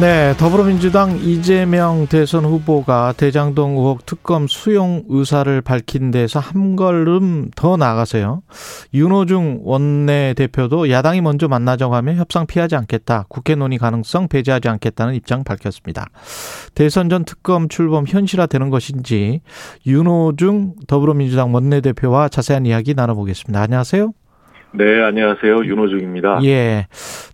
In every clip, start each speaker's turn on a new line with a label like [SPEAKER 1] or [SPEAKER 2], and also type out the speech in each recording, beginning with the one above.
[SPEAKER 1] 네, 더불어민주당 이재명 대선 후보가 대장동 의혹 특검 수용 의사를 밝힌 데서 한 걸음 더 나가세요. 윤호중 원내대표도 야당이 먼저 만나자고 하면 협상 피하지 않겠다. 국회 논의 가능성 배제하지 않겠다는 입장 밝혔습니다. 대선 전 특검 출범 현실화되는 것인지 윤호중 더불어민주당 원내대표와 자세한 이야기 나눠보겠습니다. 안녕하세요.
[SPEAKER 2] 네, 안녕하세요. 윤호중입니다.
[SPEAKER 1] 예.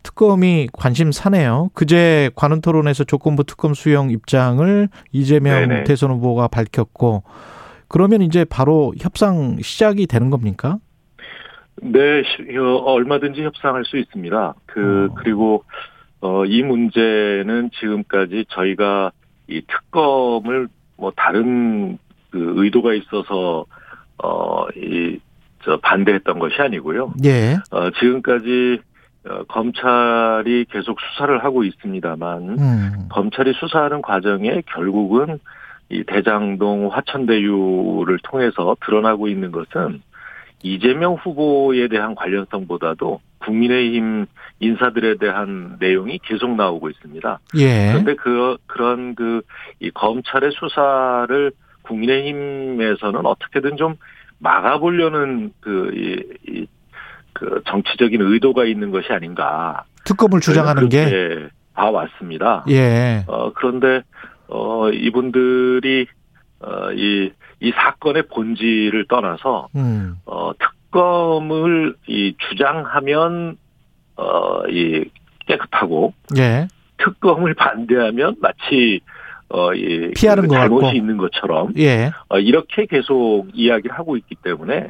[SPEAKER 1] 특검이 관심사네요. 그제 관훈 토론에서 조건부 특검 수용 입장을 이재명
[SPEAKER 2] 네네.
[SPEAKER 1] 대선 후보가 밝혔고, 그러면 이제 바로 협상 시작이 되는 겁니까?
[SPEAKER 2] 네, 시- 어, 얼마든지 협상할 수 있습니다. 그
[SPEAKER 1] 어.
[SPEAKER 2] 그리고 어, 이 문제는 지금까지 저희가 이 특검을 뭐 다른 그 의도가 있어서 어, 이저 반대했던 것이 아니고요.
[SPEAKER 1] 예.
[SPEAKER 2] 어, 지금까지 어, 검찰이 계속 수사를 하고 있습니다만
[SPEAKER 1] 음.
[SPEAKER 2] 검찰이 수사하는 과정에 결국은 이 대장동 화천대유를 통해서 드러나고 있는 것은 이재명 후보에 대한 관련성보다도 국민의힘 인사들에 대한 내용이 계속 나오고 있습니다.
[SPEAKER 1] 예.
[SPEAKER 2] 그런데 그 그런 그 이 검찰의 수사를 국민의힘에서는 어떻게든 좀 막아보려는 그이그 그 정치적인 의도가 있는 것이 아닌가
[SPEAKER 1] 특검을 주장하는 게.
[SPEAKER 2] 그렇게 봐왔습니다.
[SPEAKER 1] 예.
[SPEAKER 2] 어, 그런데, 어, 이분들이, 어, 이, 이 사건의 본질을 떠나서,
[SPEAKER 1] 음.
[SPEAKER 2] 어, 특검을 이 주장하면, 어, 이 깨끗하고,
[SPEAKER 1] 예.
[SPEAKER 2] 특검을 반대하면 마치, 어, 이,
[SPEAKER 1] 피하는
[SPEAKER 2] 그
[SPEAKER 1] 것
[SPEAKER 2] 잘못이
[SPEAKER 1] 같고.
[SPEAKER 2] 있는 것처럼,
[SPEAKER 1] 예.
[SPEAKER 2] 어, 이렇게 계속 이야기를 하고 있기 때문에,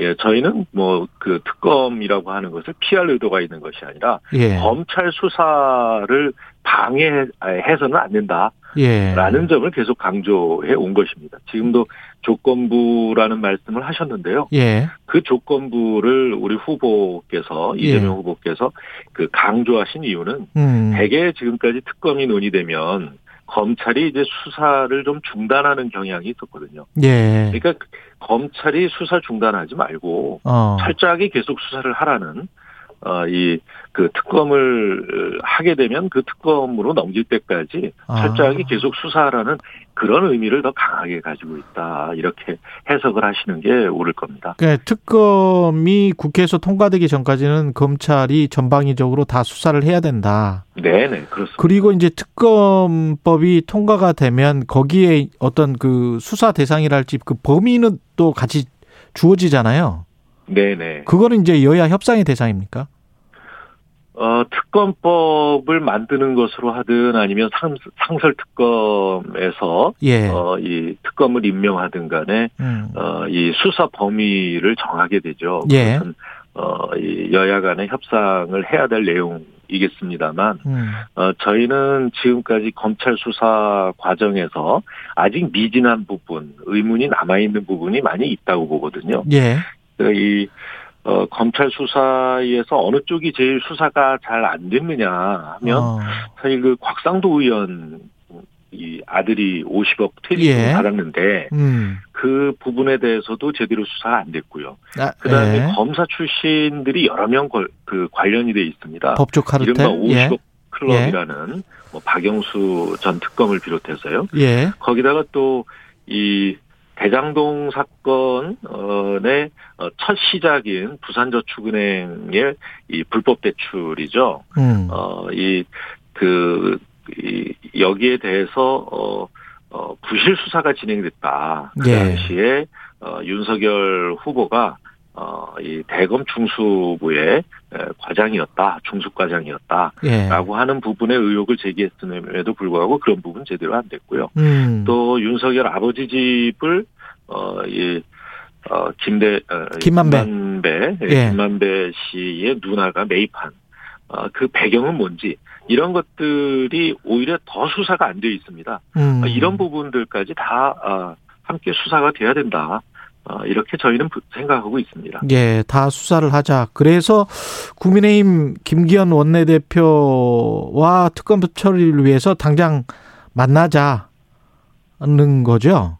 [SPEAKER 2] 예, 저희는 뭐, 그 특검이라고 하는 것을 피할 의도가 있는 것이 아니라,
[SPEAKER 1] 예.
[SPEAKER 2] 검찰 수사를 방해해서는 안 된다.
[SPEAKER 1] 예.
[SPEAKER 2] 라는 점을 계속 강조해 온 것입니다. 지금도 조건부라는 말씀을 하셨는데요.
[SPEAKER 1] 예.
[SPEAKER 2] 그 조건부를 우리 후보께서 이재명 후보께서 그 강조하신 이유는
[SPEAKER 1] 음.
[SPEAKER 2] 대개 지금까지 특검이 논의되면 검찰이 이제 수사를 좀 중단하는 경향이 있었거든요.
[SPEAKER 1] 예.
[SPEAKER 2] 그러니까 검찰이 수사 중단하지 말고
[SPEAKER 1] 어.
[SPEAKER 2] 철저하게 계속 수사를 하라는 어, 어이그 특검을 하게 되면 그 특검으로 넘길 때까지 철저하게
[SPEAKER 1] 아.
[SPEAKER 2] 계속 수사하라는 그런 의미를 더 강하게 가지고 있다 이렇게 해석을 하시는 게 옳을 겁니다.
[SPEAKER 1] 그러니까 특검이 국회에서 통과되기 전까지는 검찰이 전방위적으로 다 수사를 해야 된다.
[SPEAKER 2] 네네 그렇습니다.
[SPEAKER 1] 그리고 이제 특검법이 통과가 되면 거기에 어떤 그 수사 대상이랄지 그 범위는 또 같이 주어지잖아요.
[SPEAKER 2] 네네
[SPEAKER 1] 그거는 이제 여야 협상의 대상입니까?
[SPEAKER 2] 어 특검법을 만드는 것으로 하든 아니면 상, 상설 특검에서
[SPEAKER 1] 예.
[SPEAKER 2] 어 이 특검을 임명하든 간에
[SPEAKER 1] 음.
[SPEAKER 2] 어 이 수사 범위를 정하게 되죠.
[SPEAKER 1] 예.
[SPEAKER 2] 그것은 어이 여야 간의 협상을 해야 될 내용이겠습니다만
[SPEAKER 1] 음.
[SPEAKER 2] 어, 저희는 지금까지 검찰 수사 과정에서 아직 미진한 부분, 의문이 남아있는 부분이 많이 있다고 보거든요.
[SPEAKER 1] 예.
[SPEAKER 2] 그러니까 이, 어, 검찰 수사에서 어느 쪽이 제일 수사가 잘 안 됐느냐 하면,
[SPEAKER 1] 어.
[SPEAKER 2] 사실 그 곽상도 의원, 이 아들이 50억 퇴직금
[SPEAKER 1] 예.
[SPEAKER 2] 받았는데,
[SPEAKER 1] 음.
[SPEAKER 2] 그 부분에 대해서도 제대로 수사가 안 됐고요.
[SPEAKER 1] 아,
[SPEAKER 2] 그 다음에
[SPEAKER 1] 예.
[SPEAKER 2] 검사 출신들이 여러 명 걸- 그 관련이 돼 있습니다.
[SPEAKER 1] 법조 카르텔.
[SPEAKER 2] 이른바 50억
[SPEAKER 1] 예.
[SPEAKER 2] 클럽이라는 뭐 박영수 전 특검을 비롯해서요.
[SPEAKER 1] 예.
[SPEAKER 2] 거기다가 또 이 대장동 사건의 어, 첫 시작인 부산저축은행의 이 불법 대출이죠.
[SPEAKER 1] 음.
[SPEAKER 2] 어, 어이그 이, 여기에 대해서 어, 어, 부실 수사가 진행됐다. 그
[SPEAKER 1] 예.
[SPEAKER 2] 당시에 어, 윤석열 후보가 어, 이 대검 중수부의 에, 과장이었다, 중수과장이었다.
[SPEAKER 1] 예.
[SPEAKER 2] 라고 하는 부분에 의혹을 제기했음에도 불구하고 그런 부분 제대로 안 됐고요.
[SPEAKER 1] 음.
[SPEAKER 2] 또 윤석열 아버지 집을 어, 이, 어, 김대, 어,
[SPEAKER 1] 김만배.
[SPEAKER 2] 김만배, 예,
[SPEAKER 1] 예.
[SPEAKER 2] 김만배 씨의 누나가 매입한 어, 그 배경은 뭔지 이런 것들이 오히려 더 수사가 안 돼 있습니다. 그러니까
[SPEAKER 1] 음.
[SPEAKER 2] 이런 부분들까지 다 어, 함께 수사가 돼야 된다. 어, 이렇게 저희는 부- 생각하고 있습니다.
[SPEAKER 1] 예, 다 수사를 하자. 그래서 국민의힘 김기현 원내대표와 특검법 처리를 위해서 당장 만나자는 거죠.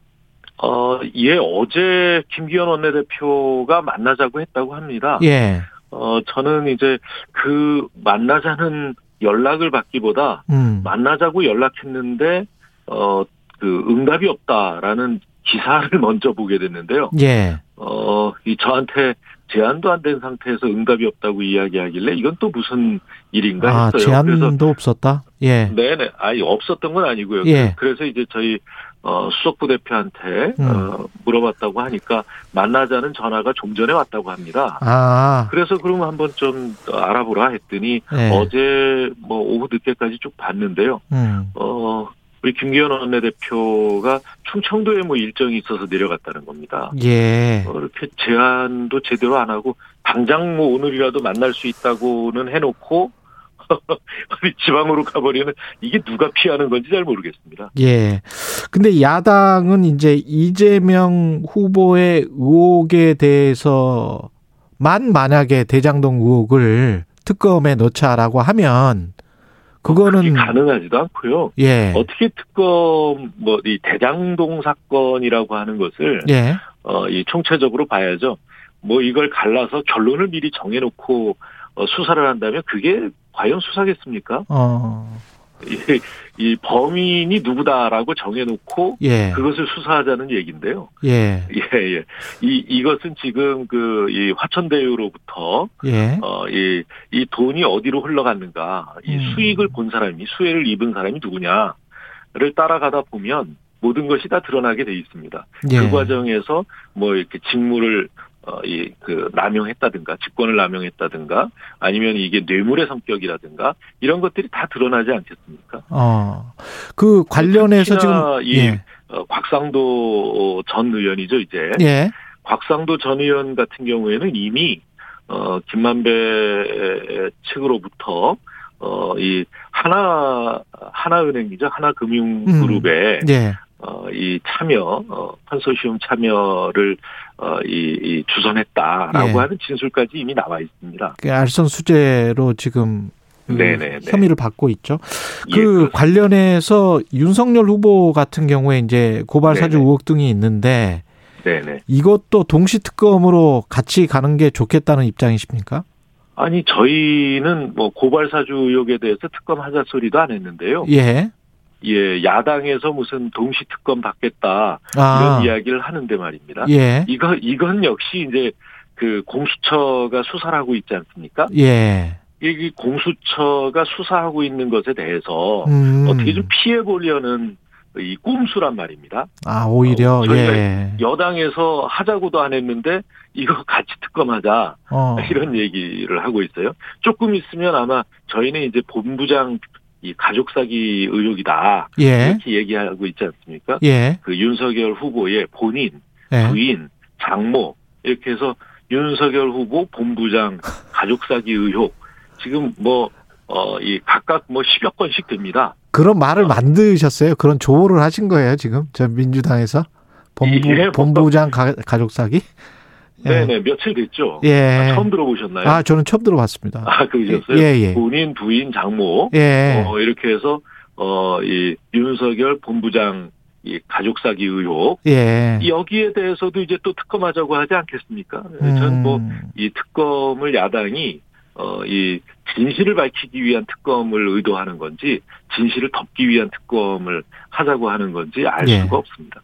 [SPEAKER 2] 어, 어, 예, 어제 김기현 원내대표가 만나자고 했다고 합니다.
[SPEAKER 1] 예.
[SPEAKER 2] 어, 저는 이제 그 만나자는 연락을 받기보다
[SPEAKER 1] 음.
[SPEAKER 2] 만나자고 연락했는데, 어, 그 응답이 없다라는 기사를 먼저 보게 됐는데요.
[SPEAKER 1] 예.
[SPEAKER 2] 어, 이 저한테 제안도 안 된 상태에서 응답이 없다고 이야기하길래 이건 또 무슨 일인가
[SPEAKER 1] 아,
[SPEAKER 2] 했어요. 그래서
[SPEAKER 1] 제안도 없었다. 예.
[SPEAKER 2] 네네. 아니, 없었던 건 아니고요.
[SPEAKER 1] 예.
[SPEAKER 2] 그래서 이제 저희, 어, 수석부 대표한테,
[SPEAKER 1] 음.
[SPEAKER 2] 어, 물어봤다고 하니까 만나자는 전화가 좀 전에 왔다고 합니다.
[SPEAKER 1] 아.
[SPEAKER 2] 그래서 그럼 한번 좀 알아보라 했더니
[SPEAKER 1] 예.
[SPEAKER 2] 어제 뭐 오후 늦게까지 쭉 봤는데요.
[SPEAKER 1] 음.
[SPEAKER 2] 어, 우리 김기현 원내대표가 충청도에 뭐 일정이 있어서 내려갔다는 겁니다.
[SPEAKER 1] 예.
[SPEAKER 2] 어, 이렇게 제안도 제대로 안 하고 당장 뭐 오늘이라도 만날 수 있다고는 해놓고 어디 지방으로 가버리는 이게 누가 피하는 건지 잘 모르겠습니다.
[SPEAKER 1] 예. 근데 야당은 이제 이재명 후보의 의혹에 대해서만 만약에 대장동 의혹을 특검에 넣자라고 하면
[SPEAKER 2] 그게
[SPEAKER 1] 그거는
[SPEAKER 2] 가능하지도 않고요.
[SPEAKER 1] 예.
[SPEAKER 2] 어떻게 특검 뭐 이 대장동 사건이라고 하는 것을
[SPEAKER 1] 예.
[SPEAKER 2] 어, 이 총체적으로 봐야죠. 뭐 이걸 갈라서 결론을 미리 정해놓고 어, 수사를 한다면 그게 과연 수사겠습니까?
[SPEAKER 1] 어.
[SPEAKER 2] 이, 이 범인이 누구다라고 정해놓고
[SPEAKER 1] 예.
[SPEAKER 2] 그것을 수사하자는 얘기인데요.
[SPEAKER 1] 예.
[SPEAKER 2] 예, 예. 이, 이것은 지금 그, 이 화천대유로부터,
[SPEAKER 1] 예.
[SPEAKER 2] 어, 이, 이 돈이 어디로 흘러갔는가, 이
[SPEAKER 1] 음.
[SPEAKER 2] 수익을 본 사람이, 수혜를 입은 사람이 누구냐를 따라가다 보면 모든 것이 다 드러나게 돼 있습니다.
[SPEAKER 1] 예.
[SPEAKER 2] 그 과정에서 뭐 이렇게 직무를 어, 이, 그, 남용했다든가, 직권을 남용했다든가, 아니면 이게 뇌물의 성격이라든가, 이런 것들이 다 드러나지 않겠습니까?
[SPEAKER 1] 어. 그 관련해서 지금
[SPEAKER 2] 특히나 이
[SPEAKER 1] 예.
[SPEAKER 2] 어, 곽상도 전 의원이죠, 이제.
[SPEAKER 1] 예.
[SPEAKER 2] 곽상도 전 의원 같은 경우에는 이미 어 김만배 측으로부터 어 이 하나 하나은행이죠 하나금융그룹에
[SPEAKER 1] 예.
[SPEAKER 2] 어이 참여 어 컨소시엄 참여를 어이 이 주선했다라고
[SPEAKER 1] 예.
[SPEAKER 2] 하는 진술까지 이미 나와 있습니다.
[SPEAKER 1] 그 알선 수재로 지금 그
[SPEAKER 2] 네네네.
[SPEAKER 1] 혐의를 받고 있죠.
[SPEAKER 2] 예,
[SPEAKER 1] 그
[SPEAKER 2] 그렇습니다.
[SPEAKER 1] 관련해서 윤석열 후보 같은 경우에 이제 고발 사주
[SPEAKER 2] 네네.
[SPEAKER 1] 의혹 등이 있는데
[SPEAKER 2] 네네.
[SPEAKER 1] 이것도 동시 특검으로 같이 가는 게 좋겠다는 입장이십니까?
[SPEAKER 2] 아니 저희는 뭐 고발 사주 의혹에 대해서 특검하자 소리도 안 했는데요.
[SPEAKER 1] 예.
[SPEAKER 2] 예 야당에서 무슨 동시 특검 받겠다
[SPEAKER 1] 아.
[SPEAKER 2] 이런 이야기를 하는데 말입니다.
[SPEAKER 1] 예.
[SPEAKER 2] 이거 이건 역시 이제 그 공수처가 수사를 하고 있지 않습니까?
[SPEAKER 1] 예.
[SPEAKER 2] 이 공수처가 수사하고 있는 것에 대해서
[SPEAKER 1] 음.
[SPEAKER 2] 어떻게 좀 피해 보려는 이 꼼수란 말입니다.
[SPEAKER 1] 아, 오히려
[SPEAKER 2] 어, 저희가
[SPEAKER 1] 예.
[SPEAKER 2] 여당에서 하자고도 안 했는데 이거 같이 특검하자
[SPEAKER 1] 어.
[SPEAKER 2] 이런 얘기를 하고 있어요. 조금 있으면 아마 저희는 이제 본부장 이 가족 사기 의혹이다
[SPEAKER 1] 예.
[SPEAKER 2] 이렇게 얘기하고 있지 않습니까?
[SPEAKER 1] 예.
[SPEAKER 2] 그 윤석열 후보의 본인
[SPEAKER 1] 예.
[SPEAKER 2] 부인, 장모 이렇게 해서 윤석열 후보 본부장 가족 사기 의혹 지금 뭐 어 이 각각 뭐 10여 건씩 됩니다.
[SPEAKER 1] 그런 말을
[SPEAKER 2] 아.
[SPEAKER 1] 만드셨어요. 그런 조언을 하신 거예요, 지금. 저 민주당에서 본부
[SPEAKER 2] 예, 뭐.
[SPEAKER 1] 본부장 가, 가족 사기? 예.
[SPEAKER 2] 네, 네. 며칠 됐죠?
[SPEAKER 1] 예.
[SPEAKER 2] 아, 처음 들어보셨나요?
[SPEAKER 1] 아, 저는 처음 들어봤습니다.
[SPEAKER 2] 아, 그러셨어요?
[SPEAKER 1] 예, 예.
[SPEAKER 2] 본인 부인 장모
[SPEAKER 1] 예.
[SPEAKER 2] 어 이렇게 해서 어 이 윤석열 본부장 이 가족 사기 의혹
[SPEAKER 1] 예.
[SPEAKER 2] 여기에 대해서도 이제 또 특검하자고 하지 않겠습니까? 전뭐
[SPEAKER 1] 음,
[SPEAKER 2] 이 특검을 야당이 어, 이 진실을 밝히기 위한 특검을 의도하는 건지 진실을 덮기 위한 특검을 하자고 하는 건지 알
[SPEAKER 1] 예.
[SPEAKER 2] 수가 없습니다.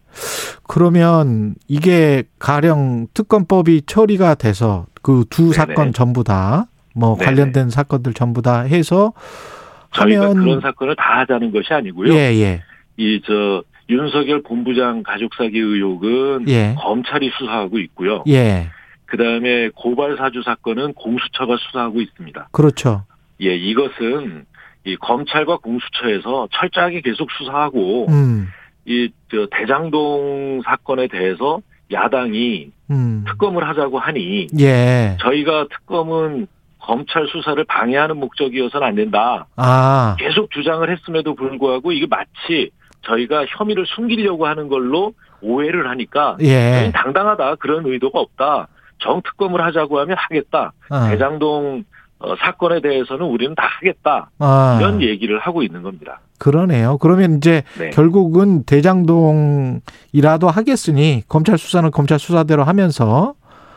[SPEAKER 1] 그러면 이게 가령 특검법이 처리가 돼서 그 두
[SPEAKER 2] 네네.
[SPEAKER 1] 사건 전부 다 뭐
[SPEAKER 2] 네네.
[SPEAKER 1] 관련된 사건들 전부 다 해서
[SPEAKER 2] 저희가
[SPEAKER 1] 하면-
[SPEAKER 2] 그런 사건을 다 하자는 것이 아니고요.
[SPEAKER 1] 예, 예.
[SPEAKER 2] 이 저 윤석열 본부장 가족 사기 의혹은
[SPEAKER 1] 예.
[SPEAKER 2] 검찰이 수사하고 있고요.
[SPEAKER 1] 예.
[SPEAKER 2] 그다음에 고발 사주 사건은 공수처가 수사하고 있습니다.
[SPEAKER 1] 그렇죠.
[SPEAKER 2] 예, 이것은 이 검찰과 공수처에서 철저하게 계속 수사하고
[SPEAKER 1] 음.
[SPEAKER 2] 이 저 대장동 사건에 대해서 야당이
[SPEAKER 1] 음.
[SPEAKER 2] 특검을 하자고 하니
[SPEAKER 1] 예.
[SPEAKER 2] 저희가 특검은 검찰 수사를 방해하는 목적이어서는 안 된다.
[SPEAKER 1] 아.
[SPEAKER 2] 계속 주장을 했음에도 불구하고 이게 마치 저희가 혐의를 숨기려고 하는 걸로 오해를 하니까 저희는
[SPEAKER 1] 예.
[SPEAKER 2] 당당하다 그런 의도가 없다. 정특검을 하자고 하면 하겠다.
[SPEAKER 1] 어.
[SPEAKER 2] 대장동 어, 어, 사건에 대해서는 우리는 다 하겠다
[SPEAKER 1] 아,
[SPEAKER 2] 이런 얘기를 하고 있는 겁니다.
[SPEAKER 1] 그러네요. 그러면 이제
[SPEAKER 2] 네.
[SPEAKER 1] 결국은 대장동이라도 하겠으니 검찰 수사는 검찰 수사대로 하면서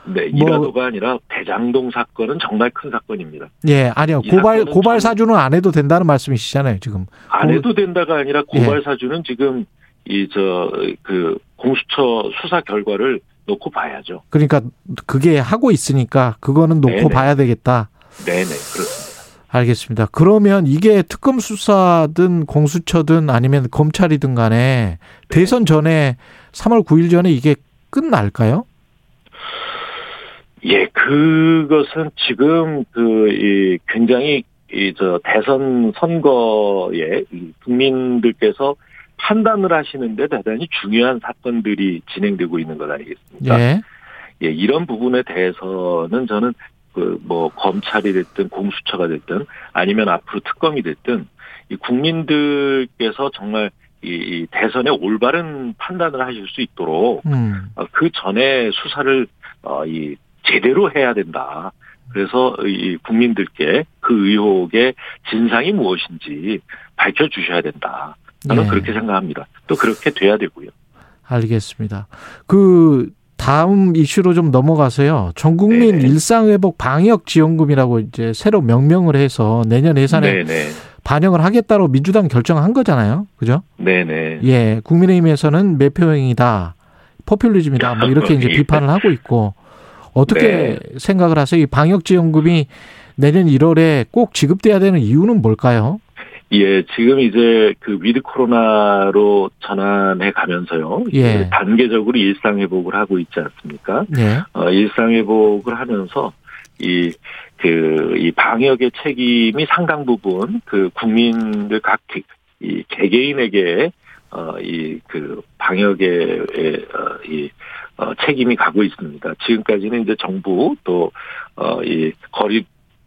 [SPEAKER 2] 네,
[SPEAKER 1] 뭐-
[SPEAKER 2] 이라도가 아니라 대장동 사건은 정말 큰 사건입니다.
[SPEAKER 1] 예 아니요
[SPEAKER 2] 이
[SPEAKER 1] 고발
[SPEAKER 2] 사건은
[SPEAKER 1] 고발
[SPEAKER 2] 참-
[SPEAKER 1] 사주는 안 해도 된다는 말씀이시잖아요 지금
[SPEAKER 2] 안
[SPEAKER 1] 고-
[SPEAKER 2] 해도 된다가 아니라
[SPEAKER 1] 예.
[SPEAKER 2] 고발 사주는 지금 이 저 그 공수처 수사 결과를 놓고 봐야죠.
[SPEAKER 1] 그러니까 그게 하고 있으니까 그거는 놓고
[SPEAKER 2] 네네.
[SPEAKER 1] 봐야 되겠다
[SPEAKER 2] 네네 그렇습니다.
[SPEAKER 1] 알겠습니다 그러면 이게 특검 수사든 공수처든 아니면 검찰이든
[SPEAKER 2] 네.
[SPEAKER 1] 간에 대선 전에 3월 9일 전에 이게 끝날까요?
[SPEAKER 2] 예 그것은 지금 그 이 굉장히 이 저 대선 선거에 이 국민들께서 판단을 하시는데 대단히 중요한 사건들이 진행되고 있는 것 아니겠습니까?
[SPEAKER 1] 예
[SPEAKER 2] 예, 이런 부분에 대해서는 저는 그 뭐 검찰이 됐든 공수처가 됐든 아니면 앞으로 특검이 됐든 이 국민들께서 정말 이, 이 대선에 올바른 판단을 하실 수 있도록
[SPEAKER 1] 음.
[SPEAKER 2] 어, 그 전에 수사를 어, 이 제대로 해야 된다. 그래서 이 국민들께 그 의혹의 진상이 무엇인지 밝혀 주셔야 된다. 저는
[SPEAKER 1] 예.
[SPEAKER 2] 그렇게 생각합니다. 또 그렇게 돼야 되고요.
[SPEAKER 1] 알겠습니다. 그 다음 이슈로 좀 넘어가서요. 전 국민
[SPEAKER 2] 네네.
[SPEAKER 1] 일상회복 방역 지원금이라고 이제 새로 명명을 해서 내년 예산에
[SPEAKER 2] 네네.
[SPEAKER 1] 반영을 하겠다로 민주당 결정한 거잖아요. 그죠?
[SPEAKER 2] 네네.
[SPEAKER 1] 예. 국민의힘에서는 매표행위다. 포퓰리즘이다. 뭐 이렇게 이제
[SPEAKER 2] 예.
[SPEAKER 1] 비판을 하고 있고
[SPEAKER 2] 네.
[SPEAKER 1] 어떻게 생각을 하세요? 이 방역 지원금이 내년 1월에 꼭 지급돼야 되는 이유는 뭘까요?
[SPEAKER 2] 예, 지금 이제 그 위드 코로나로 전환해 가면서요.
[SPEAKER 1] 예.
[SPEAKER 2] 이제 단계적으로 일상 회복을 하고 있지 않습니까?
[SPEAKER 1] 예.
[SPEAKER 2] 어, 일상 회복을 하면서 이 그, 이 방역의 책임이 상당 부분 그 국민들 각, 개- 이 개개인에게 어, 이, 그, 방역의, 에, 어, 이, 어, 책임이 가고 있습니다. 지금까지는 이제 정부 또, 어, 이,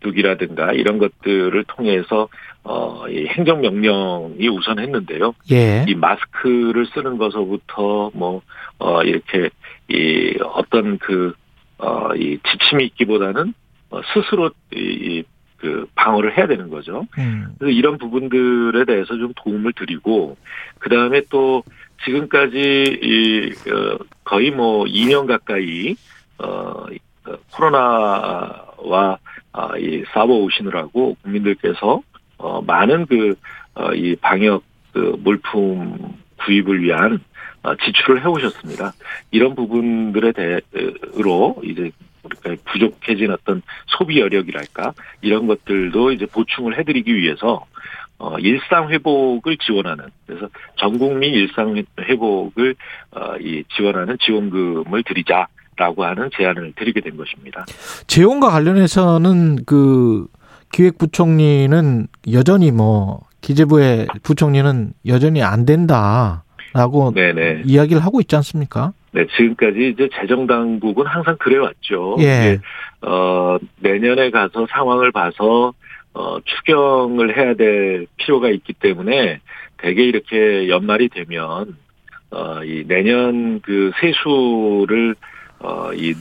[SPEAKER 2] 거리두기라든가 이런 것들을 통해서, 어, 이 행정명령이 우선했는데요.
[SPEAKER 1] 예.
[SPEAKER 2] 이 마스크를 쓰는 것서부터 뭐, 어, 이렇게, 이, 어떤 그, 어, 이 지침이 있기보다는 어, 스스로 이, 이, 그 방어를 해야 되는 거죠.
[SPEAKER 1] 음.
[SPEAKER 2] 그래서 이런 부분들에 대해서 좀 도움을 드리고, 그 다음에 또 지금까지 이, 어, 거의 뭐 2년 가까이, 어, 이, 어, 코로나와 아, 이 싸워 오시느라고 국민들께서 어, 많은 그, 어, 이 방역 그 물품 구입을 위한 어, 지출을 해오셨습니다. 이런 부분들에 대로 이제 우리가 부족해진 어떤 소비 여력이랄까 이런 것들도 이제 보충을 해드리기 위해서 어, 일상 회복을 지원하는 그래서 전 국민 일상 회복을 어, 이 지원하는 지원금을 드리자라고 하는 제안을 드리게 된 것입니다.
[SPEAKER 1] 재원과 관련해서는 그 기획부총리는 여전히 뭐 기재부의 부총리는 여전히 안 된다라고
[SPEAKER 2] 네네.
[SPEAKER 1] 이야기를 하고 있지 않습니까?
[SPEAKER 2] 네 지금까지 이제 재정 당국은 항상 그래왔죠.
[SPEAKER 1] 예.
[SPEAKER 2] 어, 내년에 가서 상황을 봐서 어, 추경을 해야 될 필요가 있기 때문에 대개 이렇게 연말이 되면 어, 이 내년 그 세수를 어, 이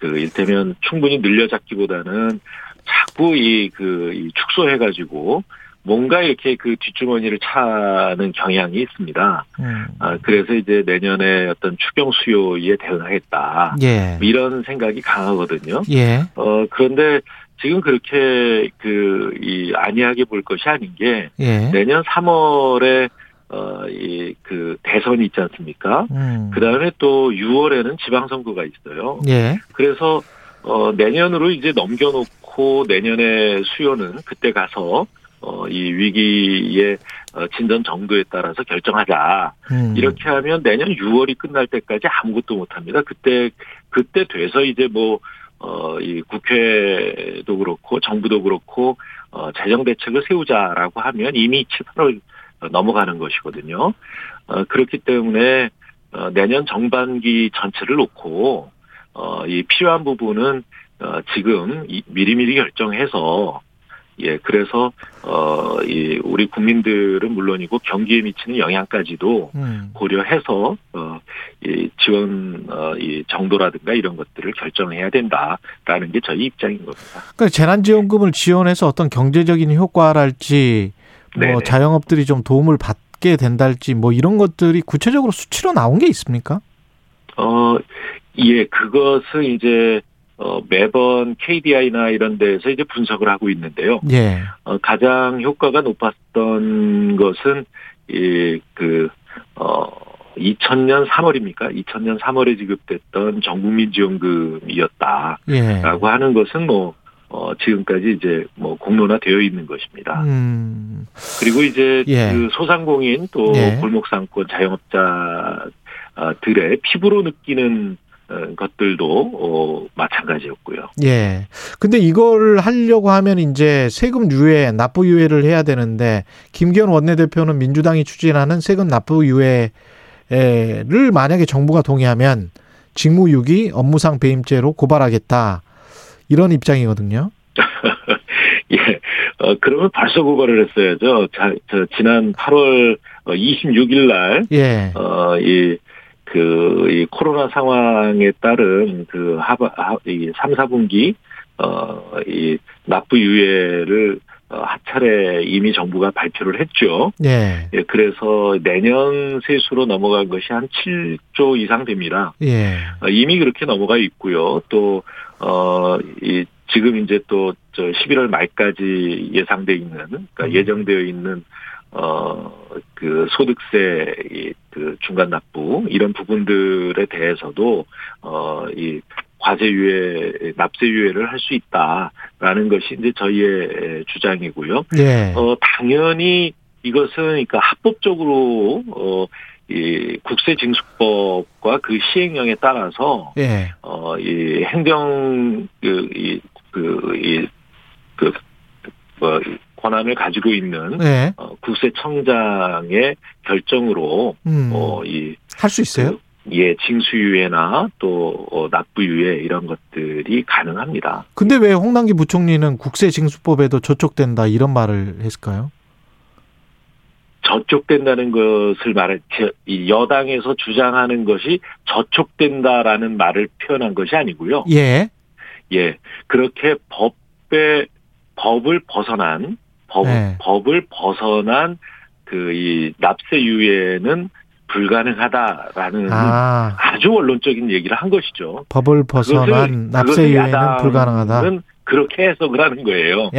[SPEAKER 2] 그 일테면 충분히 늘려잡기보다는 자꾸 이 그 이 축소해가지고 뭔가 이렇게 그 뒷주머니를 차는 경향이 있습니다.
[SPEAKER 1] 음.
[SPEAKER 2] 아, 그래서 이제 내년에 어떤 추경 수요에 대응하겠다.
[SPEAKER 1] 예.
[SPEAKER 2] 이런 생각이 강하거든요.
[SPEAKER 1] 예.
[SPEAKER 2] 어, 그런데 지금 그렇게 그, 이, 안이하게 볼 것이 아닌 게,
[SPEAKER 1] 예.
[SPEAKER 2] 내년 3월에, 어, 이, 그, 대선이 있지 않습니까?
[SPEAKER 1] 음.
[SPEAKER 2] 그 다음에 또 6월에는 지방선거가 있어요.
[SPEAKER 1] 예.
[SPEAKER 2] 그래서, 어, 내년으로 이제 넘겨놓고 내년에 수요는 그때 가서, 어, 이 위기의 어, 진전 정도에 따라서 결정하자.
[SPEAKER 1] 음.
[SPEAKER 2] 이렇게 하면 내년 6월이 끝날 때까지 아무것도 못 합니다. 그때 그때 돼서 이제 뭐 어, 이 국회도 그렇고 정부도 그렇고 어, 재정 대책을 세우자라고 하면 이미 7, 8월 넘어가는 것이거든요. 어, 그렇기 때문에 어, 내년 정반기 전체를 놓고 어, 이 필요한 부분은 어, 지금 이- 미리미리 결정해서 예 그래서 어, 이 우리 국민들은 물론이고 경기에 미치는 영향까지도
[SPEAKER 1] 음.
[SPEAKER 2] 고려해서 어, 이 지원 어, 이 정도라든가 이런 것들을 결정해야 된다라는 게 저희 입장인 겁니다.
[SPEAKER 1] 그러니까 재난지원금을 지원해서 어떤 경제적인 효과랄지 뭐
[SPEAKER 2] 네네.
[SPEAKER 1] 자영업들이 좀 도움을 받게 된달지 뭐 이런 것들이 구체적으로 수치로 나온 게 있습니까?
[SPEAKER 2] 어, 예, 그것을 이제 어, 매번 KDI나 이런 데에서 이제 분석을 하고 있는데요.
[SPEAKER 1] 예.
[SPEAKER 2] 어, 가장 효과가 높았던 것은 이그 어, 2000년 3월입니까? 2000년 3월에 지급됐던 전국민 지원금이었다라고
[SPEAKER 1] 예.
[SPEAKER 2] 하는 것은 뭐 어, 지금까지 이제 뭐 공론화되어 있는 것입니다.
[SPEAKER 1] 음.
[SPEAKER 2] 그리고 이제
[SPEAKER 1] 예.
[SPEAKER 2] 그 소상공인 또
[SPEAKER 1] 예.
[SPEAKER 2] 골목상권 아, 자영업자들의 피부로 느끼는 어, 것들도 어, 마찬가지였고요.
[SPEAKER 1] 예. 근데 이걸 하려고 하면 이제 세금 유예, 납부 유예를 해야 되는데 김기현 원내대표는 민주당이 추진하는 세금 납부 유예를 만약에 정부가 동의하면 직무유기, 업무상 배임죄로 고발하겠다. 이런 입장이거든요.
[SPEAKER 2] 예, 어, 그러면 벌써 고발을 했어야죠. 자, 저 지난 8월 26일 날
[SPEAKER 1] 예.
[SPEAKER 2] 어, 이, 그, 이 코로나 상황에 따른 그 하바, 하, 이 3, 4분기, 어, 이 납부 유예를 어, 하차례 이미 정부가 발표를 했죠.
[SPEAKER 1] 예.
[SPEAKER 2] 예, 그래서 내년 세수로 넘어간 것이 한 7조 이상 됩니다.
[SPEAKER 1] 예.
[SPEAKER 2] 어, 이미 그렇게 넘어가 있고요. 또, 어, 이, 지금 이제 또, 저 11월 말까지 예상돼 있는, 그러니까
[SPEAKER 1] 음.
[SPEAKER 2] 예정되어 있는, 어, 그 소득세, 이, 그 중간 납부, 이런 부분들에 대해서도, 어, 이, 과세 유예, 납세 유예를 할 수 있다라는 것이 이제 저희의 주장이고요.
[SPEAKER 1] 예.
[SPEAKER 2] 어, 당연히 이것은 그러니까 합법적으로, 어, 이 국세징수법과 그 시행령에 따라서
[SPEAKER 1] 예.
[SPEAKER 2] 어, 이 행정, 그, 이, 그, 이, 그, 뭐, 권한을 가지고 있는
[SPEAKER 1] 예.
[SPEAKER 2] 어, 국세청장의 결정으로,
[SPEAKER 1] 음.
[SPEAKER 2] 어, 이,
[SPEAKER 1] 할 수 있어요?
[SPEAKER 2] 예, 징수유예나 또 어, 납부유예 이런 것들이 가능합니다.
[SPEAKER 1] 근데 왜 홍남기 부총리는 국세징수법에도 저촉된다 이런 말을 했을까요?
[SPEAKER 2] 저촉된다는 것을 말해, 제- 이 여당에서 주장하는 것이 저촉된다라는 말을 표현한 것이 아니고요.
[SPEAKER 1] 예.
[SPEAKER 2] 예, 그렇게 법에 법을 벗어난 법
[SPEAKER 1] 네.
[SPEAKER 2] 법을 벗어난 그 이 납세 유예는 불가능하다라는 아.
[SPEAKER 1] 아.
[SPEAKER 2] 주 원론적인 얘기를 한 것이죠.
[SPEAKER 1] 법을
[SPEAKER 2] 그것을-
[SPEAKER 1] 벗어난 납세
[SPEAKER 2] 그것을
[SPEAKER 1] 유예는
[SPEAKER 2] 야당은
[SPEAKER 1] 불가능하다.
[SPEAKER 2] 그렇게 해석을 하는 거예요. 그러니까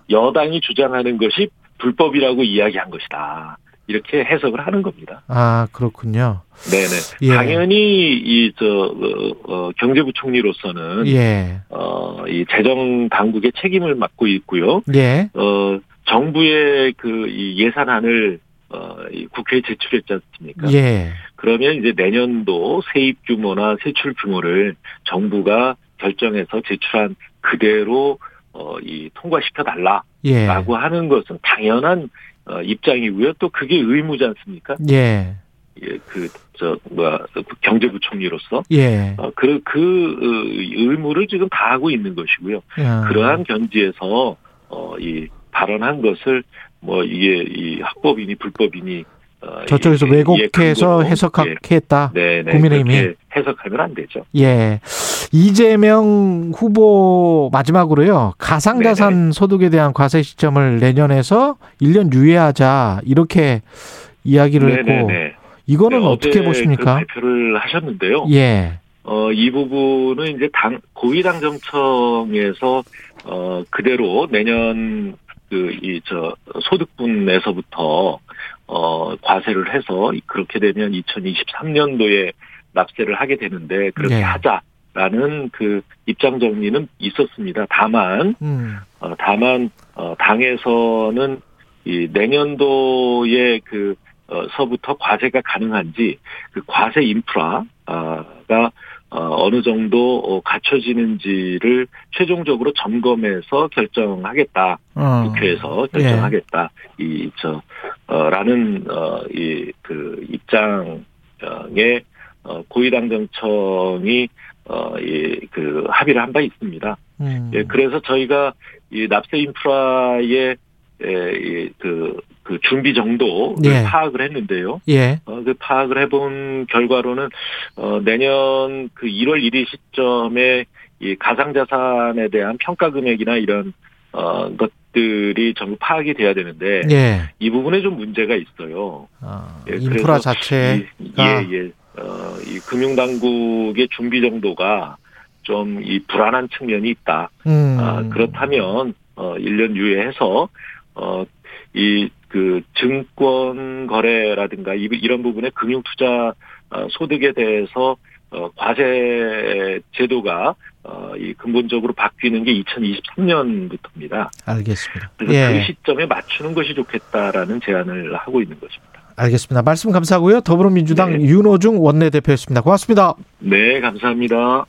[SPEAKER 1] 야,
[SPEAKER 2] 여당이 주장하는 것이 불법이라고 이야기한 것이다. 이렇게 해석을 하는 겁니다.
[SPEAKER 1] 아 그렇군요.
[SPEAKER 2] 네네.
[SPEAKER 1] 예.
[SPEAKER 2] 당연히 이저 어, 어, 경제부총리로서는
[SPEAKER 1] 예,
[SPEAKER 2] 어, 이 재정 당국의 책임을 맡고 있고요.
[SPEAKER 1] 예,
[SPEAKER 2] 어, 정부의 그이 예산안을 어, 이 국회에 제출했지 않습니까?
[SPEAKER 1] 예,
[SPEAKER 2] 그러면 이제 내년도 세입 규모나 세출 규모를 정부가 결정해서 제출한 그대로 어, 이 통과시켜 달라라고
[SPEAKER 1] 예,
[SPEAKER 2] 하는 것은 당연한 어, 입장이고요. 또 그게 의무지 않습니까?
[SPEAKER 1] 예,
[SPEAKER 2] 예, 그저 뭐야 경제부총리로서
[SPEAKER 1] 예.
[SPEAKER 2] 어, 그, 그 어, 의무를 지금 다 하고 있는 것이고요.
[SPEAKER 1] 아,
[SPEAKER 2] 그러한 견지에서 어, 이 발언한 것을 뭐 이게 이 합법이니 불법이니 어,
[SPEAKER 1] 저쪽에서
[SPEAKER 2] 이- 이- 예,
[SPEAKER 1] 왜곡해서
[SPEAKER 2] 근거로, 예,
[SPEAKER 1] 해석했다.
[SPEAKER 2] 네, 네,
[SPEAKER 1] 국민의힘이.
[SPEAKER 2] 그렇게 해석하면 안 되죠.
[SPEAKER 1] 예, 이재명 후보 마지막으로요. 가상자산 소득에 대한 과세 시점을 내년에서 1년 유예하자 이렇게 이야기를 했고
[SPEAKER 2] 네.
[SPEAKER 1] 이거는
[SPEAKER 2] 네,
[SPEAKER 1] 어떻게
[SPEAKER 2] 어제
[SPEAKER 1] 보십니까?
[SPEAKER 2] 그 발표를 하셨는데요.
[SPEAKER 1] 예,
[SPEAKER 2] 어, 이 부분은 이제 당 고위당정청에서 어, 그대로 내년 그 이 저 소득분에서부터 어, 과세를 해서 그렇게 되면 2023년도에 납세를 하게 되는데 그렇게
[SPEAKER 1] 네.
[SPEAKER 2] 하자라는 그 입장 정리는 있었습니다. 다만
[SPEAKER 1] 음,
[SPEAKER 2] 어, 다만 어, 당에서는 이 내년도에 그 어, 서부터 과세가 가능한지 그 과세 인프라가 어, 어느 정도 어, 갖춰지는지를 최종적으로 점검해서 결정하겠다
[SPEAKER 1] 어.
[SPEAKER 2] 국회에서
[SPEAKER 1] 예.
[SPEAKER 2] 결정하겠다 이저 라는 어, 이그 입장에 어, 고위당정청이 어, 이, 그, 합의를 한 바 있습니다.
[SPEAKER 1] 음.
[SPEAKER 2] 예, 그래서 저희가 예, 이 납세 인프라의 에, 이, 그, 그 그 준비 정도를
[SPEAKER 1] 예.
[SPEAKER 2] 파악을 했는데요.
[SPEAKER 1] 예.
[SPEAKER 2] 어, 그 파악을 해본 결과로는 어, 내년 그 1월 1일 시점에 이 가상자산에 대한 평가 금액이나 이런 어, 것들이 전부 파악이 돼야 되는데
[SPEAKER 1] 예.
[SPEAKER 2] 이 부분에 좀 문제가 있어요.
[SPEAKER 1] 아,
[SPEAKER 2] 예,
[SPEAKER 1] 인프라
[SPEAKER 2] 그래서
[SPEAKER 1] 자체.
[SPEAKER 2] 이-
[SPEAKER 1] 아.
[SPEAKER 2] 예, 예. 어, 이 금융당국의 준비 정도가 좀 이 불안한 측면이 있다.
[SPEAKER 1] 음.
[SPEAKER 2] 아, 그렇다면 어 1년 유예해서 어, 어이그 증권 거래라든가 이- 이런 부분의 금융 투자 어, 소득에 대해서 어 과세 제도가 어이 근본적으로 바뀌는 게 2023년부터입니다.
[SPEAKER 1] 알겠습니다.
[SPEAKER 2] 그래서 그
[SPEAKER 1] 예.
[SPEAKER 2] 시점에 맞추는 것이 좋겠다라는 제안을 하고 있는 것입니다.
[SPEAKER 1] 알겠습니다. 말씀 감사하고요. 더불어민주당
[SPEAKER 2] 네.
[SPEAKER 1] 윤호중 원내대표였습니다. 고맙습니다.
[SPEAKER 2] 네, 감사합니다.